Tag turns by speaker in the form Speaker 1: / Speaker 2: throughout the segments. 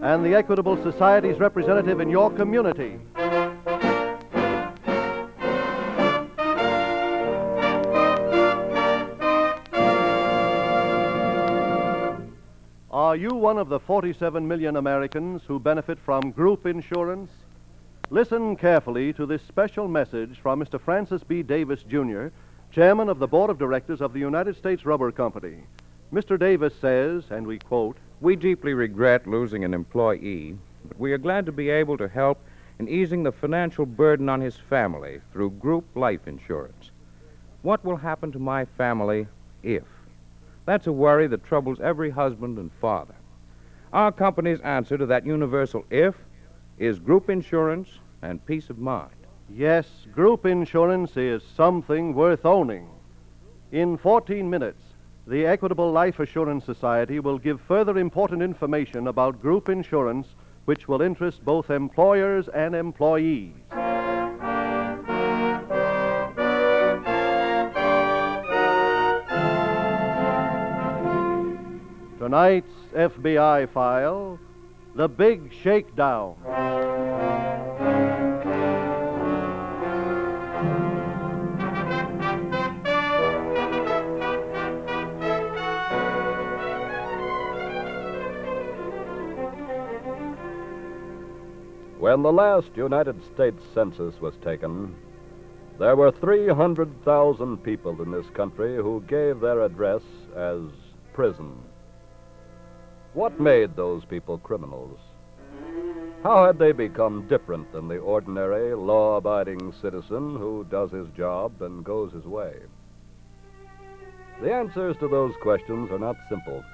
Speaker 1: and the Equitable Society's representative in your community. Are you one of the 47 million Americans who benefit from group insurance? Listen carefully to this special message from Mr. Francis B. Davis, Jr., Chairman of the Board of Directors of the United States Rubber Company. Mr. Davis says, and we quote,
Speaker 2: We deeply regret losing an employee, but we are glad to be able to help in easing the financial burden on his family through group life insurance. What will happen to my family if? That's a worry that troubles every husband and father. Our company's answer to that universal if is group insurance and peace of mind.
Speaker 1: Yes, group insurance is something worth owning. In 14 minutes, the Equitable Life Assurance Society will give further important information about group insurance, which will interest both employers and employees. Tonight's FBI file The Big Shakedown.
Speaker 3: When the last United States census was taken, there were 300,000 people in this country who gave their address as prison. What made those people criminals? How had they become different than the ordinary, law abiding citizen who does his job and goes his way? The answers to those questions are not simple.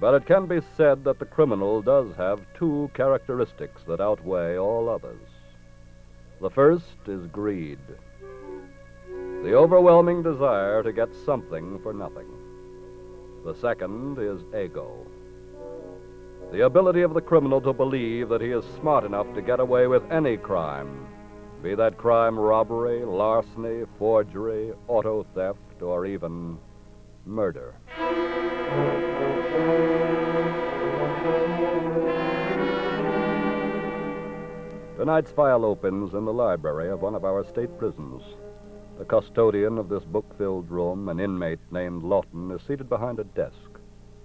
Speaker 3: But it can be said that the criminal does have two characteristics that outweigh all others. The first is greed the overwhelming desire to get something for nothing. The second is ego the ability of the criminal to believe that he is smart enough to get away with any crime, be that crime robbery, larceny, forgery, auto theft, or even murder. Tonight's file opens in the library of one of our state prisons. The custodian of this book filled room, an inmate named Lawton, is seated behind a desk.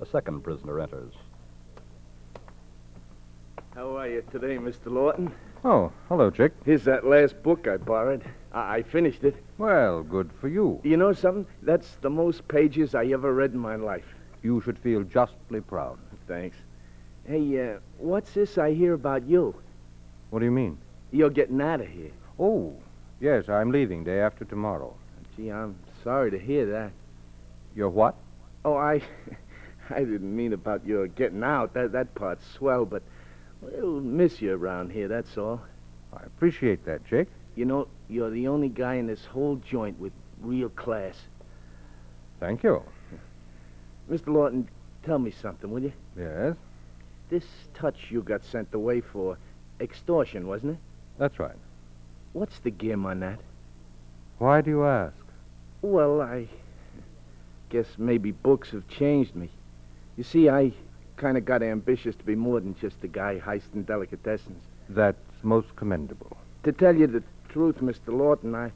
Speaker 3: A second prisoner enters.
Speaker 4: How are you today, Mr. Lawton?
Speaker 2: Oh, hello, Chick.
Speaker 4: Here's that last book I borrowed. I, I finished it.
Speaker 2: Well, good for you.
Speaker 4: You know something? That's the most pages I ever read in my life.
Speaker 2: You should feel justly proud.
Speaker 4: Thanks. Hey, uh, what's this I hear about you?
Speaker 2: What do you mean?
Speaker 4: You're getting out of here.
Speaker 2: Oh, yes, I'm leaving day after tomorrow.
Speaker 4: Gee, I'm sorry to hear that.
Speaker 2: You're what?
Speaker 4: Oh, I, I didn't mean about your getting out. That that part's swell, but we'll miss you around here. That's all.
Speaker 2: I appreciate that, Chick.
Speaker 4: You know, you're the only guy in this whole joint with real class.
Speaker 2: Thank you.
Speaker 4: Mr. Lawton, tell me something, will you?
Speaker 2: Yes,
Speaker 4: This touch you got sent away for extortion, wasn't it?
Speaker 2: that's right.
Speaker 4: What's the gim on that?
Speaker 2: Why do you ask?
Speaker 4: Well, I guess maybe books have changed me. You see, I kind of got ambitious to be more than just a guy heisting delicatessens.
Speaker 2: That's most commendable.
Speaker 4: To tell you the truth, Mr. Lawton, I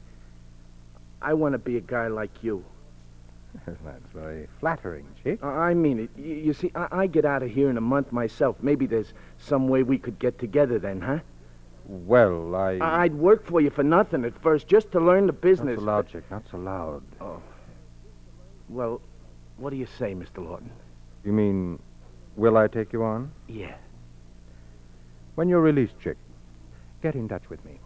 Speaker 4: I want to be a guy like you.
Speaker 2: That's very flattering, Chick.
Speaker 4: I I mean it. You, you see, I, I get out of here in a month myself. Maybe there's some way we could get together then, huh?
Speaker 2: Well, I.
Speaker 4: I- I'd work for you for nothing at first, just to learn the
Speaker 2: Not
Speaker 4: business. Oh.
Speaker 2: so loud, Chick. Not so loud.
Speaker 4: Well, what do you say, Mr. Lawton?
Speaker 2: You mean, will I take you on?
Speaker 4: Yeah.
Speaker 2: When you're released, Chick, get in touch with me.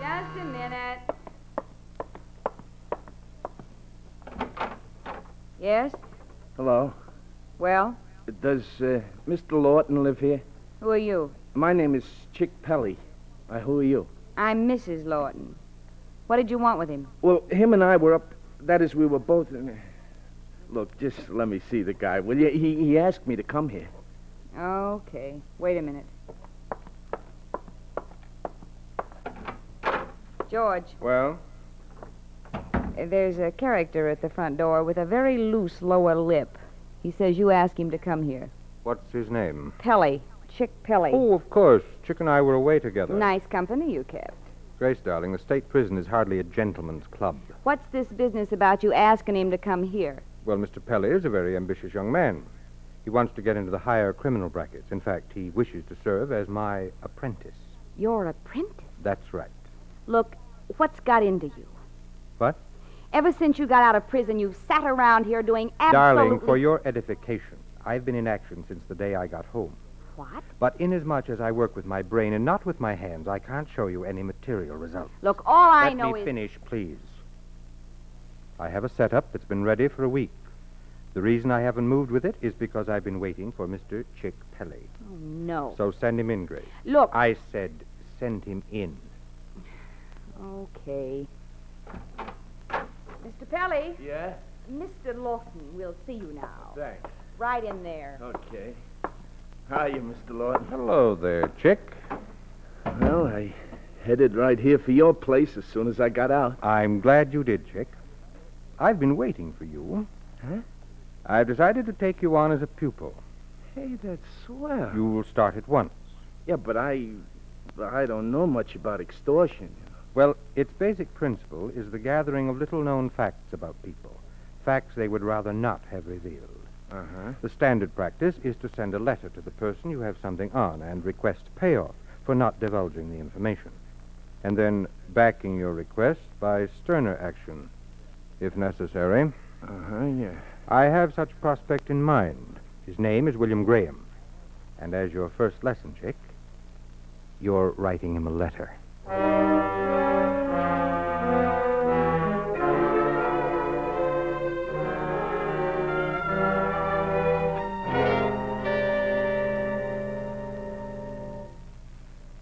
Speaker 5: Just a minute. Yes?
Speaker 4: Hello.
Speaker 5: Well,
Speaker 4: Does uh, Mr. Lawton live here?
Speaker 5: who are you?
Speaker 4: My name is Chick Pelly. Uh, who are you?
Speaker 5: I'm Mrs. Lawton. What did you want with him?
Speaker 4: Well, him and I were up. That is, we were both. In... Look, just let me see the guy, will you? He, he asked me to come here.
Speaker 5: Okay. Wait a minute. George,
Speaker 4: Well?
Speaker 5: uh, there's a character at the front door with a very loose lower lip. He says you asked him to come here.
Speaker 2: What's his name?
Speaker 5: Pelly. Chick Pelly.
Speaker 2: Oh, of course. Chick and I were away together.
Speaker 5: nice company you kept.
Speaker 2: Grace, darling, the state prison is hardly a gentleman's club.
Speaker 5: What's this business about you asking him to come here?
Speaker 2: Well, Mr. Pelly is a very ambitious young man. He wants to get into the higher criminal brackets. In fact, he wishes to serve as my apprentice.
Speaker 5: Your apprentice.
Speaker 2: That's right.
Speaker 5: Look, what's got into you?
Speaker 2: What?
Speaker 5: Ever since you got out of prison, you've sat around here doing absolutely...
Speaker 2: Darling, for your edification, I've been in action since the day I got home.
Speaker 5: What?
Speaker 2: But inasmuch as I work with my brain and not with my hands, I can't show you any material result.
Speaker 5: Look, all Oh, I
Speaker 2: Let
Speaker 5: know
Speaker 2: me
Speaker 5: is...
Speaker 2: finish, please. I have a setup that's been ready for a week. The reason I haven't moved with it is because I've been waiting for Mr. Chick Pelly.
Speaker 5: Oh, no.
Speaker 2: So send him in, Grace.
Speaker 5: Look,
Speaker 2: I said send him in.
Speaker 5: Okay. Mr. Pelly,
Speaker 4: Yeah?
Speaker 5: Mr. Lawton will see you now.
Speaker 4: Thanks.
Speaker 5: Right in there.
Speaker 4: Okay. How are you, Mr. Lawton?
Speaker 2: Hello there, Chick.
Speaker 4: Well, I headed right here for your place as soon as I got out.
Speaker 2: I'm glad you did, Chick. I've been waiting for you.
Speaker 4: Huh?
Speaker 2: I've decided to take you on as a pupil.
Speaker 4: Hey, that's swell.
Speaker 2: You will start at once.
Speaker 4: Yeah, but I. I don't know much about extortion.
Speaker 2: Well, its basic principle is the gathering of little known facts about people, facts they would rather not have revealed.
Speaker 4: Uh huh.
Speaker 2: The standard practice is to send a letter to the person you have something on and request payoff for not divulging the information. And then backing your request by sterner action, if necessary.
Speaker 4: Uh
Speaker 2: Oh,
Speaker 4: huh, yeah.
Speaker 2: I have such prospect in mind. His name is William Graham. And as your first lesson, Chick, you're writing him a letter.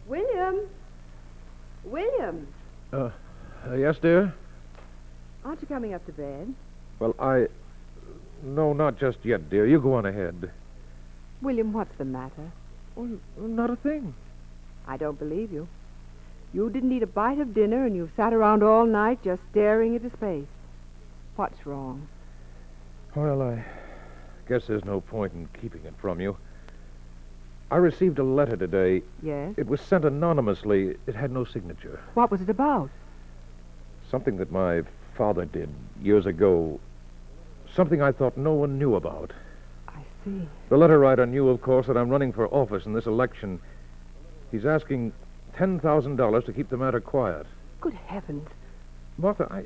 Speaker 6: William? William,
Speaker 4: yes, dear?
Speaker 6: aren't you coming up to bed?
Speaker 7: Well, I. No, not just yet, dear. You go on ahead.
Speaker 6: William, what's the matter?
Speaker 7: Well, not a thing.
Speaker 6: I don't believe you. You didn't eat a bite of dinner, and you've sat around all night just staring into space. What's wrong?
Speaker 7: Well, I guess there's no point in keeping it from you. I received a letter today.
Speaker 6: Yes?
Speaker 7: It was sent anonymously. It had no signature.
Speaker 6: What was it about?
Speaker 7: Something that my father did years ago. Something I thought no one knew about.
Speaker 6: I see.
Speaker 7: The letter writer knew, of course, that I'm running for office in this election. He's asking $10,000 to keep the matter quiet.
Speaker 6: Good heavens.
Speaker 7: Martha, I.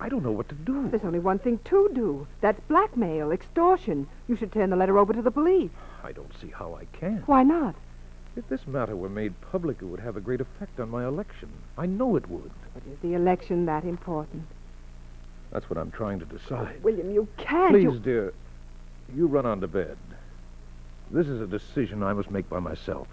Speaker 7: I don't know what to do.
Speaker 6: There's only one thing to do. That's blackmail, extortion. You should turn the letter over to the police.
Speaker 7: I don't see how I can.
Speaker 6: Why not?
Speaker 7: If this matter were made public, it would have a great effect on my election. I know it would.
Speaker 6: But is the election that important?
Speaker 7: That's what I'm trying to decide.
Speaker 6: William, you can't.
Speaker 7: Please,
Speaker 6: You...
Speaker 7: dear, you run on to bed. This is a decision I must make by myself.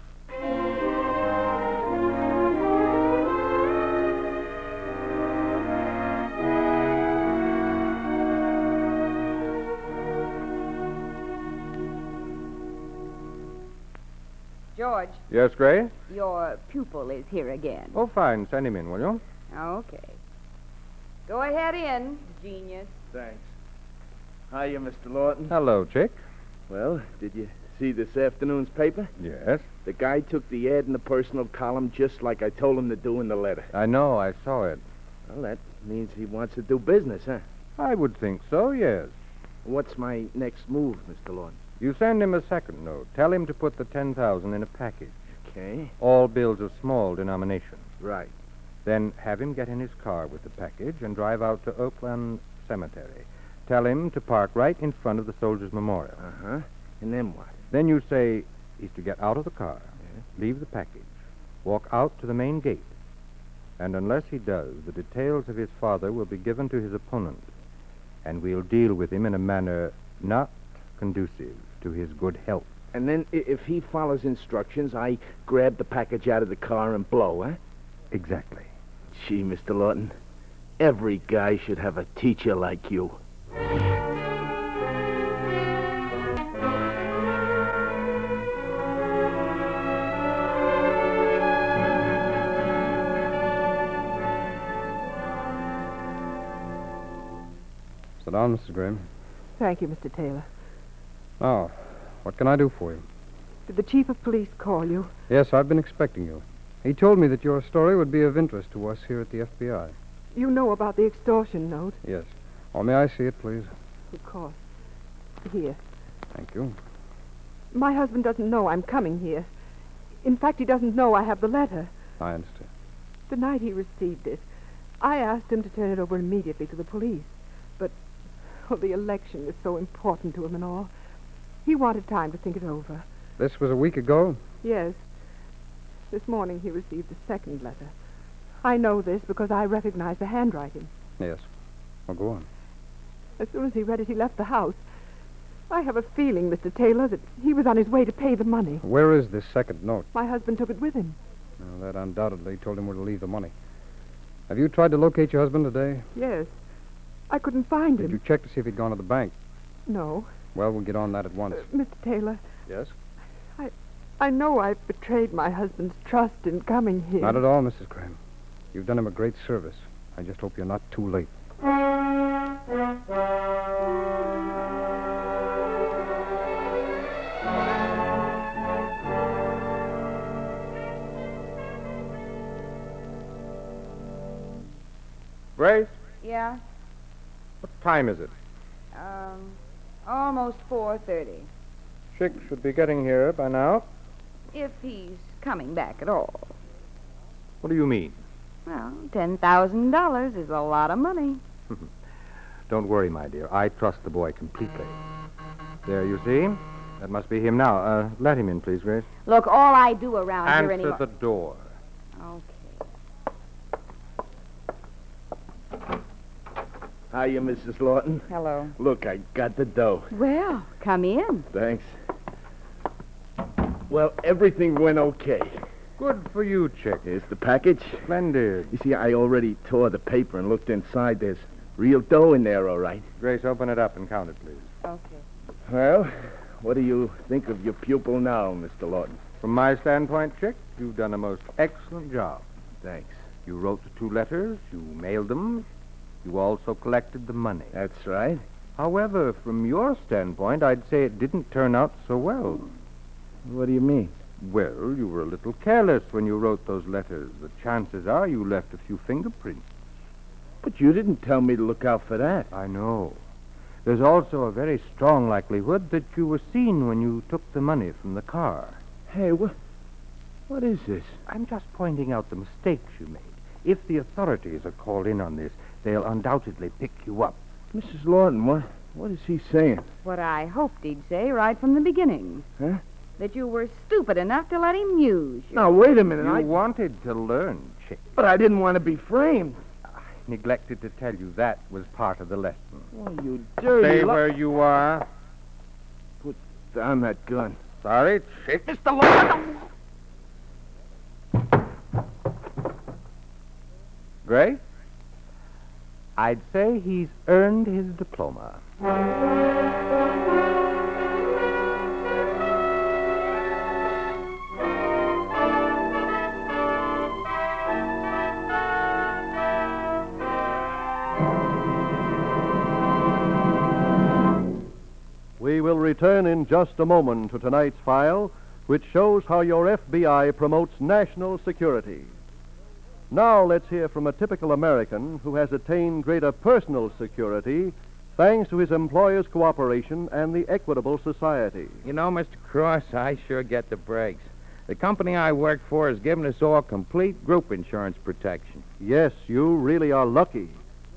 Speaker 5: George,
Speaker 2: Yes, Gray?
Speaker 5: your pupil is here again.
Speaker 2: Oh, fine. Send him in, will you?
Speaker 5: Okay. Go ahead in, genius.
Speaker 4: Thanks. How are you, Mr. Lawton?
Speaker 2: Hello, Chick.
Speaker 4: Well, did you see this afternoon's paper?
Speaker 2: Yes.
Speaker 4: The guy took the ad in the personal column just like I told him to do in the letter.
Speaker 2: I know. I saw it.
Speaker 4: Well, that means he wants to do business, huh?
Speaker 2: I would think so, yes.
Speaker 4: What's my next move, Mr. Lawton?
Speaker 2: You send him a second note. Tell him to put the 10,000 in a package,
Speaker 4: Okay.
Speaker 2: all bills of small denomination.
Speaker 4: Right.
Speaker 2: Then have him get in his car with the package and drive out to Oakland Cemetery. Tell him to park right in front of the Soldiers' Memorial.
Speaker 4: Uh huh. And then what?
Speaker 2: Then you say he's to get out of the car, leave the package, walk out to the main gate,
Speaker 8: And unless he does, the details of his father will be given to his opponent, and we'll deal with him in a manner not conducive to his good health.
Speaker 4: And then i- if he follows instructions, I grab the package out of the car and blow, huh?
Speaker 8: Exactly.
Speaker 4: Gee, Mr. Lawton, every guy should have a teacher like you.
Speaker 8: Sit down, Mr. Grimm.
Speaker 6: Thank you, Mr. Taylor.
Speaker 8: Now, what can I do for you?
Speaker 6: Did the chief of police call you?
Speaker 8: Yes, I've been expecting you. He told me that your story would be of interest to us here at the FBI.
Speaker 6: You know about the extortion note.
Speaker 8: Yes. Oh, may I see it, please?
Speaker 6: Of course. Here.
Speaker 8: Thank you.
Speaker 6: My husband doesn't know I'm coming here. In fact, he doesn't know I have the letter.
Speaker 8: I understand.
Speaker 6: The night he received it, I asked him to turn it over immediately to the police. But oh, the election was so important to him and all. He wanted time to think it over.
Speaker 8: This was a week ago?
Speaker 6: Yes. This morning he received a second letter. I know this because I recognize the handwriting.
Speaker 8: Yes. Well, go on.
Speaker 6: As soon as he read it, he left the house. I have a feeling, Mr. Taylor, that he was on his way to pay the money.
Speaker 8: Where is this second note?
Speaker 6: My husband took it with him.
Speaker 8: Now, that undoubtedly told him where to leave the money. Have you tried to locate your husband today?
Speaker 6: Yes. I couldn't find
Speaker 8: Did
Speaker 6: him.
Speaker 8: you check to see if he'd gone to the bank?
Speaker 6: No.
Speaker 8: Well, we'll get on that at once.
Speaker 6: Uh, Mr. Taylor,
Speaker 8: yes?
Speaker 6: I know I've betrayed my husband's trust in coming here.
Speaker 8: Not at all, Mrs. Graham. You've done him a great service. I just hope you're not too late.
Speaker 2: Grace,
Speaker 5: Yeah?
Speaker 2: what time is it?
Speaker 5: Um, almost 4.30.
Speaker 2: Chick should be getting here by now.
Speaker 5: If he's coming back at all.
Speaker 2: What do you mean?
Speaker 5: Well, $10,000 is a lot of money.
Speaker 8: Don't worry, my dear. I trust the boy completely. There, you see? That must be him now. Uh, let him in, please, Grace.
Speaker 5: Look, all I do around here
Speaker 2: Answer
Speaker 5: anymore...
Speaker 2: the door.
Speaker 5: Okay.
Speaker 4: Hiya, Mrs. Lawton.
Speaker 5: Hello.
Speaker 4: Look, I got the dough.
Speaker 5: Well, come in.
Speaker 4: Thanks. Well, everything went okay.
Speaker 2: Good for you, Chick.
Speaker 4: Here's the package.
Speaker 2: Splendid.
Speaker 4: You see, I already tore the paper and looked inside. There's real dough in there, all right.
Speaker 2: Grace, open it up and count it, please.
Speaker 5: Okay.
Speaker 4: Well, what do you think of your pupil now, Mr. Lawton?
Speaker 2: From my standpoint, Chick, you've done a most excellent job.
Speaker 4: Thanks.
Speaker 2: You wrote the two letters, you mailed them, you also collected the money.
Speaker 4: That's right.
Speaker 2: However, from your standpoint, I'd say it didn't turn out so well.
Speaker 4: What do you mean?
Speaker 2: Well, you were a little careless when you wrote those letters. The chances are you left a few fingerprints.
Speaker 4: But you didn't tell me to look out for that.
Speaker 2: I know. There's also a very strong likelihood that you were seen when you took the money from the car.
Speaker 4: Hey, what? What is this?
Speaker 2: I'm just pointing out the mistakes you made. If the authorities are called in on this, they'll undoubtedly pick you up.
Speaker 4: Mrs. Lawton, what? What is he saying?
Speaker 5: What I hoped he'd say right from the beginning.
Speaker 4: Huh?
Speaker 5: That you were stupid enough to let him use you.
Speaker 4: Now wait a minute.
Speaker 2: you
Speaker 4: I
Speaker 2: wanted to learn, Chick.
Speaker 4: but I didn't want to be framed.
Speaker 2: Neglected to tell you that was part of the lesson.
Speaker 4: Oh, you dirty. Li-
Speaker 2: you are.
Speaker 4: down that gun.
Speaker 2: Sorry, Chick. Gray? I'd say he's earned his diploma.
Speaker 1: We will return in just a moment to tonight's file, which shows how your FBI promotes national security. Now let's hear from a typical American who has attained greater personal security thanks to his employer's cooperation and the Equitable Society.
Speaker 2: You know, Mr. Cross, I sure get the breaks. The company I work for has given us all complete group insurance protection.
Speaker 1: Yes, you really are lucky.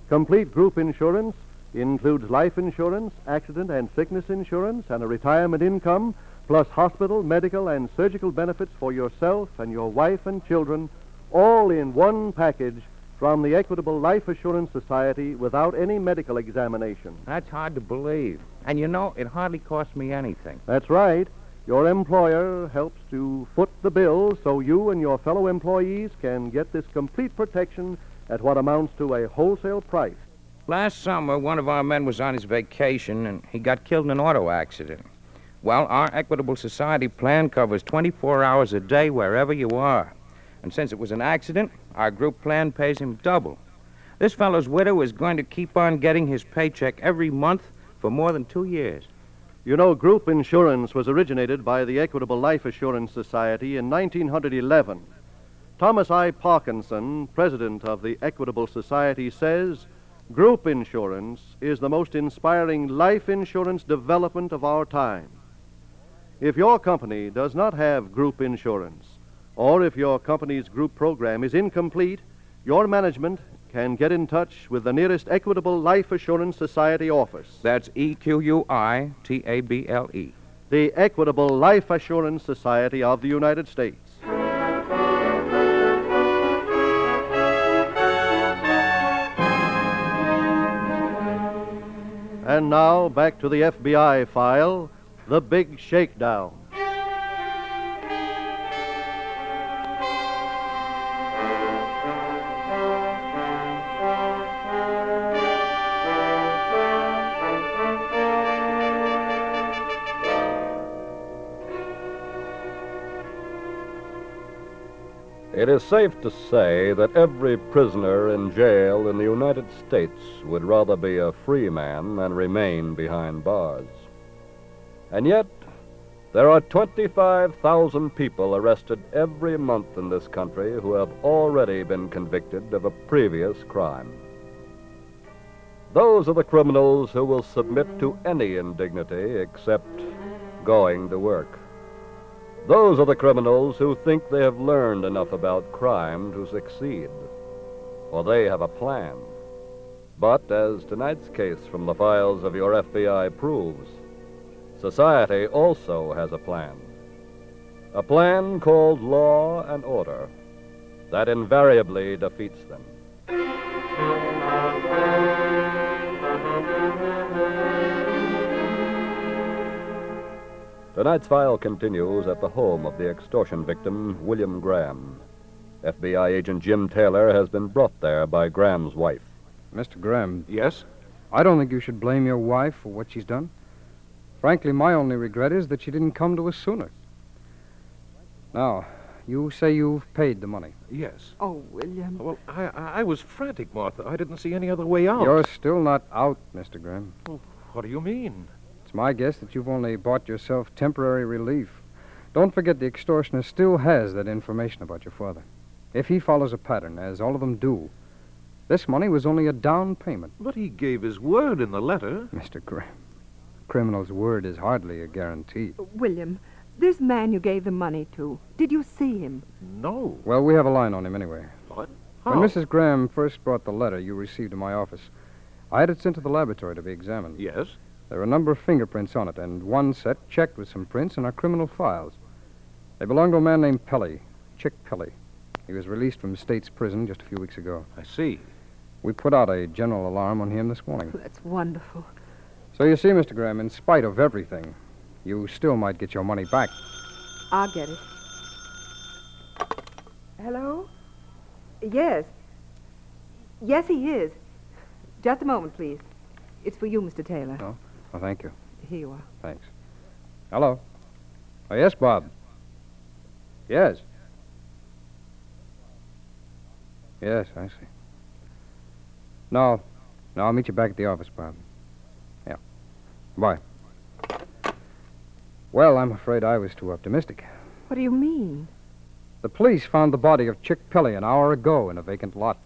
Speaker 1: Complete group insurance includes life insurance, accident and sickness insurance, and a retirement income, plus hospital, medical, and surgical benefits for yourself and your wife and children, all in one package from the Equitable Life Assurance Society without any medical examination.
Speaker 2: That's hard to believe. And you know, it hardly cost me anything.
Speaker 1: That's right. Your employer helps to foot the bill so you and your fellow employees can get this complete protection at what amounts to a wholesale price.
Speaker 2: Last summer, one of our men was on his vacation and he got killed in an auto accident. Well, our Equitable Society plan covers 24 hours a day wherever you are. And since it was an accident, our group plan pays him double. This fellow's widow is going to keep on getting his paycheck every month for more than two years.
Speaker 1: You know, group insurance was originated by the Equitable Life Assurance Society in 1911. Thomas I. Parkinson, president of the Equitable Society, says group insurance is the most inspiring life insurance development of our time. If your company does not have group insurance, or if your company's group program is incomplete, your management can get in touch with the nearest Equitable Life Assurance Society office.
Speaker 2: That's E Q U I T A B L E.
Speaker 1: The Equitable Life Assurance Society of the United States. And now back to the FBI file, the big shakedown.
Speaker 3: It is safe to say that every prisoner in jail in the United States would rather be a free man than remain behind bars. And yet, there are 25,000 people arrested every month in this country who have already been convicted of a previous crime. Those are the criminals who will submit to any indignity except going to work. Those are the criminals who think they have learned enough about crime to succeed, for they have a plan. But as tonight's case from the files of your FBI proves, society also has a plan. A plan called law and order that invariably defeats them. Tonight's file continues at the home of the extortion victim, William Graham. FBI agent Jim Taylor has been brought there by Graham's wife.
Speaker 8: Mr. Graham,
Speaker 9: Yes?
Speaker 8: I don't think you should blame your wife for what she's done. Frankly, my only regret is that she didn't come to us sooner. Now, you say you've paid the money.
Speaker 7: Yes.
Speaker 6: Oh, William.
Speaker 7: Well, I, I, I was frantic, Martha. I didn't see any other way out.
Speaker 8: You're still not out, Mr. Graham.
Speaker 7: What do you mean?
Speaker 8: It's my guess that you've only bought yourself temporary relief. Don't forget the extortioner still has that information about your father. If he follows a pattern, as all of them do, this money was only a down payment.
Speaker 7: But he gave his word in the letter.
Speaker 8: Mr. Graham, a criminal's word is hardly a guarantee.
Speaker 6: William, this man you gave the money to, did you see him?
Speaker 7: No.
Speaker 8: Well, we have a line on him anyway.
Speaker 7: How?
Speaker 8: When Mrs. Graham first brought the letter you received in my office, I had it sent to the laboratory to be examined.
Speaker 7: Yes.
Speaker 8: There are a number of fingerprints on it, and one set checked with some prints in our criminal files. They belong to a man named Pelly, Chick Pelly. He was released from state's prison just a few weeks ago.
Speaker 7: I see.
Speaker 8: We put out a general alarm on him this morning.
Speaker 6: That's wonderful.
Speaker 8: So you see, Mr. Graham, in spite of everything, you still might get your money back.
Speaker 6: I'll get it. Hello? Yes. Yes, he is. Just a moment, please. It's for you, Mr. Taylor.
Speaker 8: Oh, thank you.
Speaker 6: Here you are.
Speaker 8: Thanks. Hello. Oh, yes, Bob. Yes. Yes, I see. No. No, I'll meet you back at the office, Bob. Yeah. Bye. Well, I'm afraid I was too optimistic.
Speaker 6: What do you mean?
Speaker 8: The police found the body of Chick Pelly an hour ago in a vacant lot.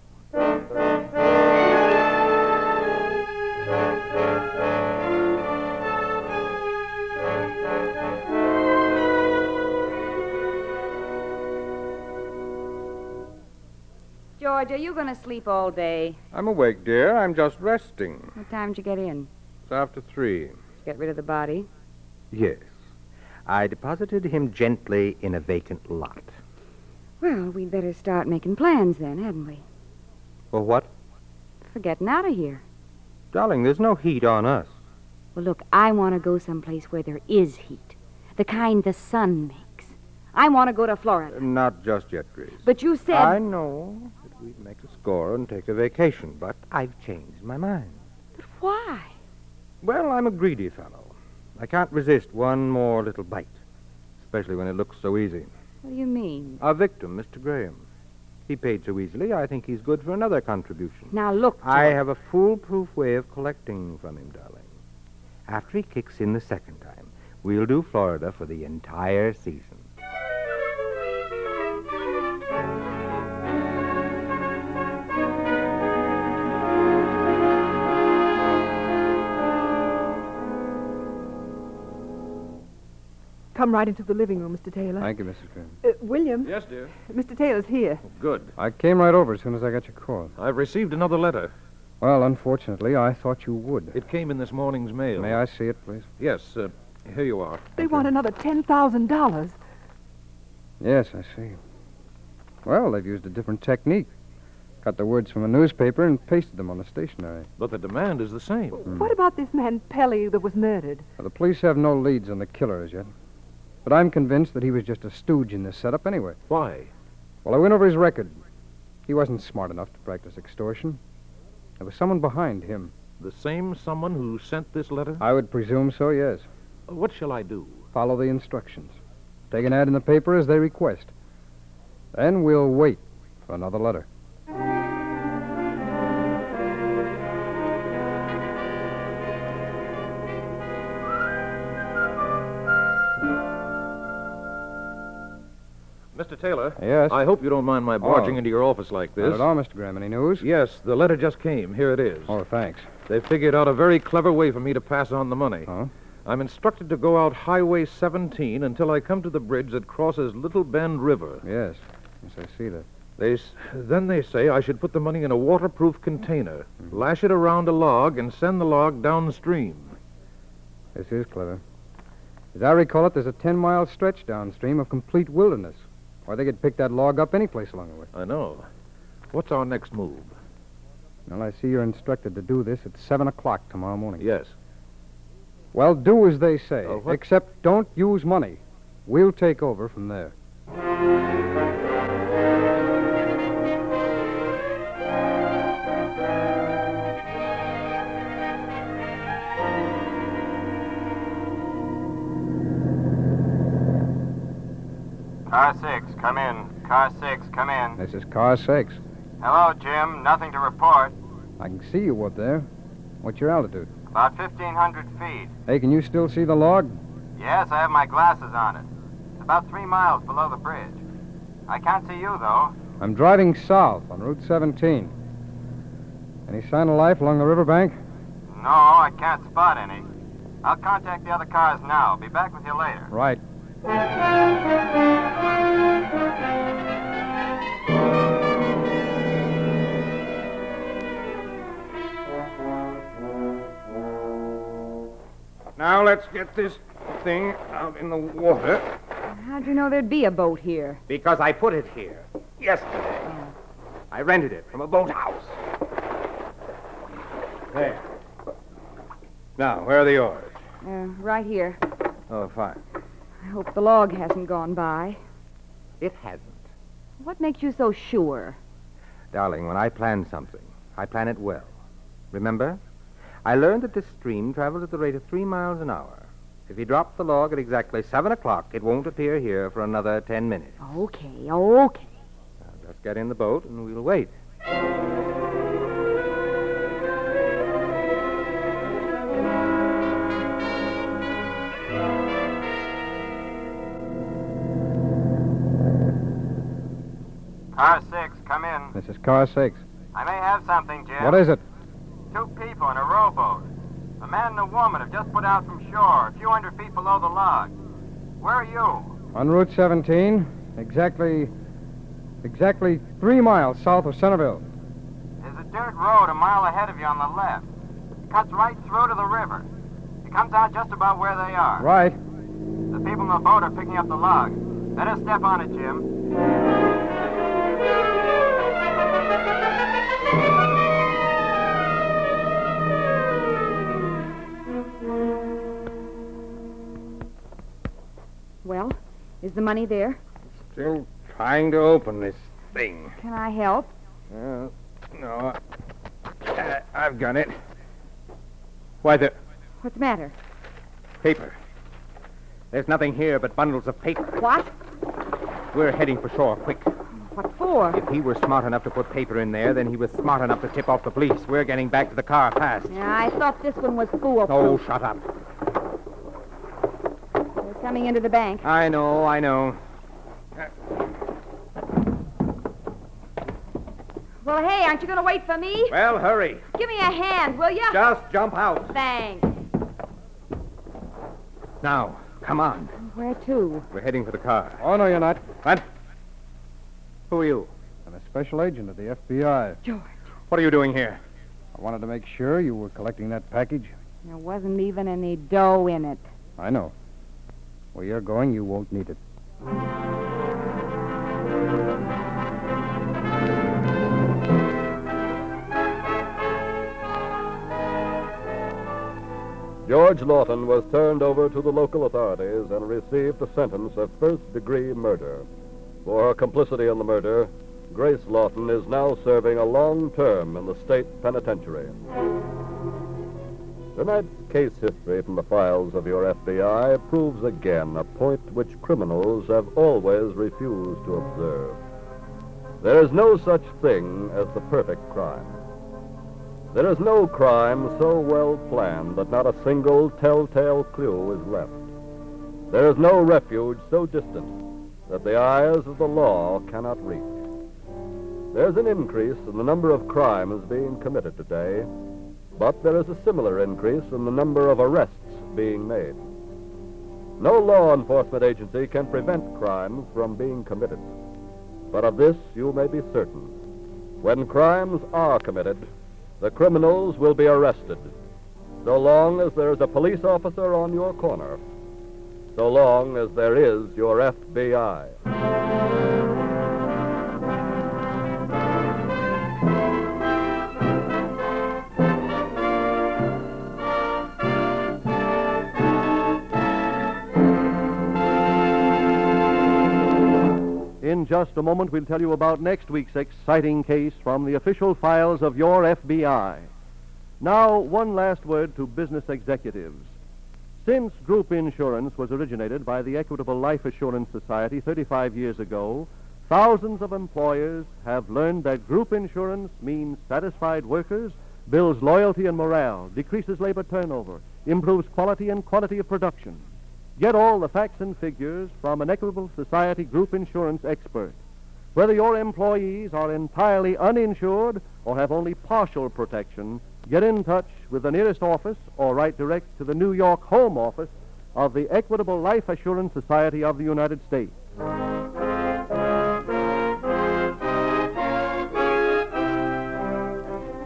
Speaker 5: George, are you going to sleep all day?
Speaker 2: I'm awake, dear. I'm just resting.
Speaker 5: What time'd you get in?
Speaker 2: It's after three.
Speaker 5: Get rid of the body.
Speaker 9: Yes. I deposited him gently in a vacant lot.
Speaker 5: Well, we'd better start making plans then, hadn't we?
Speaker 9: For what?
Speaker 5: For getting out of here.
Speaker 9: Darling, there's no heat on us.
Speaker 5: Well, look, I want to go someplace where there is heat. The kind the sun makes. I want to go to Florida.
Speaker 9: Not just yet, Grace.
Speaker 5: But you said.
Speaker 9: I know that we'd make a score and take a vacation, but I've changed my mind.
Speaker 5: But why?
Speaker 9: Well, I'm a greedy fellow. I can't resist one more little bite, especially when it looks so easy.
Speaker 5: What do you mean?
Speaker 9: Our victim, Mr. Graham. He paid so easily, I think he's good for another contribution.
Speaker 5: Now look.
Speaker 9: I
Speaker 5: George,
Speaker 9: have a foolproof way of collecting from him, darling. After he kicks in the second time, we'll do Florida for the entire season.
Speaker 6: Come right into the living room, Mr. Taylor.
Speaker 8: Thank you, Mrs. Graham.
Speaker 6: Uh, William,
Speaker 7: Yes, dear.
Speaker 6: Mr. Taylor's here.
Speaker 7: Good.
Speaker 8: I came right over as soon as I got your call.
Speaker 7: I've received another letter.
Speaker 8: Well, unfortunately, I thought you would.
Speaker 7: It came in this morning's mail.
Speaker 8: May I see it, please?
Speaker 7: Yes. Uh, here you are.
Speaker 6: They want another $10,000.
Speaker 8: Yes, I see. Well, they've used a different technique. Got the words from a newspaper and pasted them on the stationery. Hmm.
Speaker 7: But the demand is the same.
Speaker 6: What about this man Pelly that was murdered?
Speaker 8: Now, the police have no leads on the killer as yet. But I'm convinced that he was just a stooge in this setup anyway.
Speaker 7: Why?
Speaker 8: Well, I went over his record. He wasn't smart enough to practice extortion. There was someone behind him.
Speaker 7: The same someone who sent this letter?
Speaker 8: I would presume so, yes.
Speaker 7: What shall I do?
Speaker 8: Follow the instructions. Take an ad in the paper as they request. Then we'll wait for another letter.
Speaker 7: Mr. Taylor,
Speaker 8: Yes?
Speaker 7: I hope you don't mind my barging
Speaker 8: Oh.
Speaker 7: into your office like
Speaker 8: Not
Speaker 7: this.
Speaker 8: at all, Mr. Graham. Any news?
Speaker 7: Yes, the letter just came. Here it is.
Speaker 8: Oh, thanks.
Speaker 7: They figured out a very clever way for me to pass on the money.
Speaker 8: Huh?
Speaker 7: I'm instructed to go out Highway 17 until I come to the bridge that crosses Little Bend River.
Speaker 8: Yes. Yes, I see that.
Speaker 7: They s- then they say I should put the money in a waterproof container,
Speaker 8: Mm-hmm.
Speaker 7: lash it around a log, and send the log downstream.
Speaker 8: This is clever. As I recall it, there's a 10 mile stretch downstream of complete wilderness. Or they could pick that log up any place along the way.
Speaker 7: I know. What's our next move?
Speaker 8: Well, I see you're instructed to do this at 7 o'clock tomorrow morning.
Speaker 7: Yes.
Speaker 8: Well, do as they say,
Speaker 7: Uh, what-
Speaker 8: except don't use money. We'll take over from there.
Speaker 9: Car six, come in. Car six, come in.
Speaker 8: This is car six.
Speaker 9: Hello, Jim. Nothing to report.
Speaker 8: I can see you up there. What's your altitude?
Speaker 9: About 1,500 feet.
Speaker 8: Hey, can you still see the log?
Speaker 9: Yes, I have my glasses on it. It's about three miles below the bridge. I can't see you, though.
Speaker 8: I'm driving south on Route 17. Any sign of life along the riverbank?
Speaker 9: No, I can't spot any. I'll contact the other cars now. Be back with you later.
Speaker 8: Right.
Speaker 9: Now let's get this thing out in the water
Speaker 5: How'd you know there'd be a boat here?
Speaker 9: because I put it here yesterday. I rented it from a boathouse. There. Now, where are the oars?
Speaker 5: Uh, right here.
Speaker 9: Oh, fine.
Speaker 5: I hope the log hasn't gone by.
Speaker 9: It hasn't.
Speaker 5: What makes you so sure?
Speaker 9: Darling, when I plan something, I plan it well. Remember? I learned that this stream travels at the rate of three miles an hour. If you drop the log at exactly seven o'clock, it won't appear here for another ten minutes.
Speaker 5: Okay, okay.
Speaker 9: Just get in the boat and we'll wait. Car six, come in.
Speaker 8: This is car six.
Speaker 9: I may have something, Jim.
Speaker 8: What is it?
Speaker 9: Two people in a rowboat. A man and a woman have just put out from shore, a few hundred feet below the log. Where are you?
Speaker 8: On Route 17, exactly, exactly three miles south of Centerville.
Speaker 9: There's a dirt road a mile ahead of you on the left. It cuts right through to the river. It comes out just about where they are.
Speaker 8: Right.
Speaker 9: The people in the boat are picking up the log. Better step on it, Jim.
Speaker 5: Is the money there?
Speaker 10: Still trying to open this thing.
Speaker 5: Can I help?
Speaker 10: Uh, no.
Speaker 9: uh,
Speaker 10: I, I've got it. Why, the
Speaker 5: What's the matter?
Speaker 9: Paper. There's nothing here but bundles of paper.
Speaker 5: What?
Speaker 9: We're heading for shore, quick.
Speaker 5: What for?
Speaker 9: If he were smart enough to put paper in there, then he was smart enough to tip off the police. We're getting back to the car fast.
Speaker 5: Yeah, I thought this one was foolproof.
Speaker 9: Oh, shut up.
Speaker 5: They're coming into the bank.
Speaker 9: I know, I know.
Speaker 5: Well, hey, aren't you going to wait for me?
Speaker 9: Well, hurry.
Speaker 5: Give me a hand, will you?
Speaker 9: Just jump out.
Speaker 5: Thanks.
Speaker 9: Now, come on.
Speaker 5: Where to?
Speaker 9: We're heading for the car.
Speaker 8: Oh, no, you're not.
Speaker 9: What? Who are you?
Speaker 8: I'm a special agent of the FBI.
Speaker 5: George.
Speaker 9: What are you doing here?
Speaker 8: I wanted to make sure you were collecting that package.
Speaker 5: There wasn't even any dough in it.
Speaker 8: I know. Where you're going, you won't need it.
Speaker 3: George Lawton was turned over to the local authorities and received a sentence of first degree murder. For her complicity in the murder, Grace Lawton is now serving a long term in the state penitentiary. Tonight's case history from the files of your FBI proves again a point which criminals have always refused to observe. There is no such thing as the perfect crime. There is no crime so well planned that not a single telltale clue is left. There is no refuge so distant that the eyes of the law cannot reach. There's an increase in the number of crimes being committed today, but there is a similar increase in the number of arrests being made. No law enforcement agency can prevent crimes from being committed. But of this you may be certain. When crimes are committed, the criminals will be arrested. So long as there is a police officer on your corner. So long as there is your FBI.
Speaker 1: In just a moment, we'll tell you about next week's exciting case from the official files of your FBI. Now, one last word to business executives. Since group insurance was originated by the Equitable Life Assurance Society 35 years ago, thousands of employers have learned that group insurance means satisfied workers, builds loyalty and morale, decreases labor turnover, improves quality and quantity of production. Get all the facts and figures from an Equitable Society group insurance expert. Whether your employees are entirely uninsured or have only partial protection, get in touch with the nearest office or write direct to the New York Home Office of the Equitable Life Assurance Society of the United States.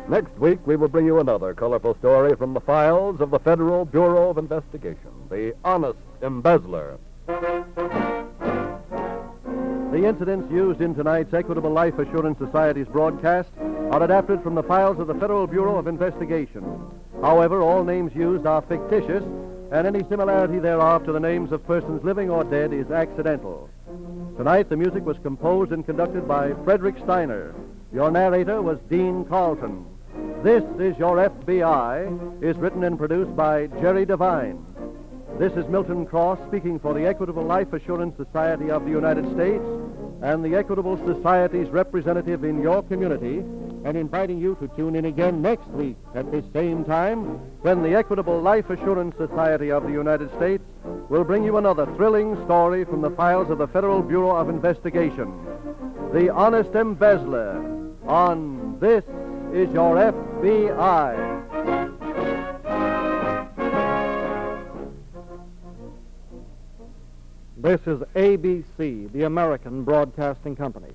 Speaker 3: Next week, we will bring you another colorful story from the files of the Federal Bureau of Investigation The Honest Embezzler.
Speaker 1: The incidents used in tonight's Equitable Life Assurance Society's broadcast are adapted from the files of the Federal Bureau of Investigation. However, all names used are fictitious, and any similarity thereof to the names of persons living or dead is accidental. Tonight, the music was composed and conducted by Frederick Steiner. Your narrator was Dean Carlton. This is Your FBI is written and produced by Jerry Devine. This is Milton Cross speaking for the Equitable Life Assurance Society of the United States and the Equitable Society's representative in your community and inviting you to tune in again next week at this same time when the Equitable Life Assurance Society of the United States will bring you another thrilling story from the files of the Federal Bureau of Investigation. The Honest Embezzler on This Is Your FBI.
Speaker 11: This is ABC, the American Broadcasting Company.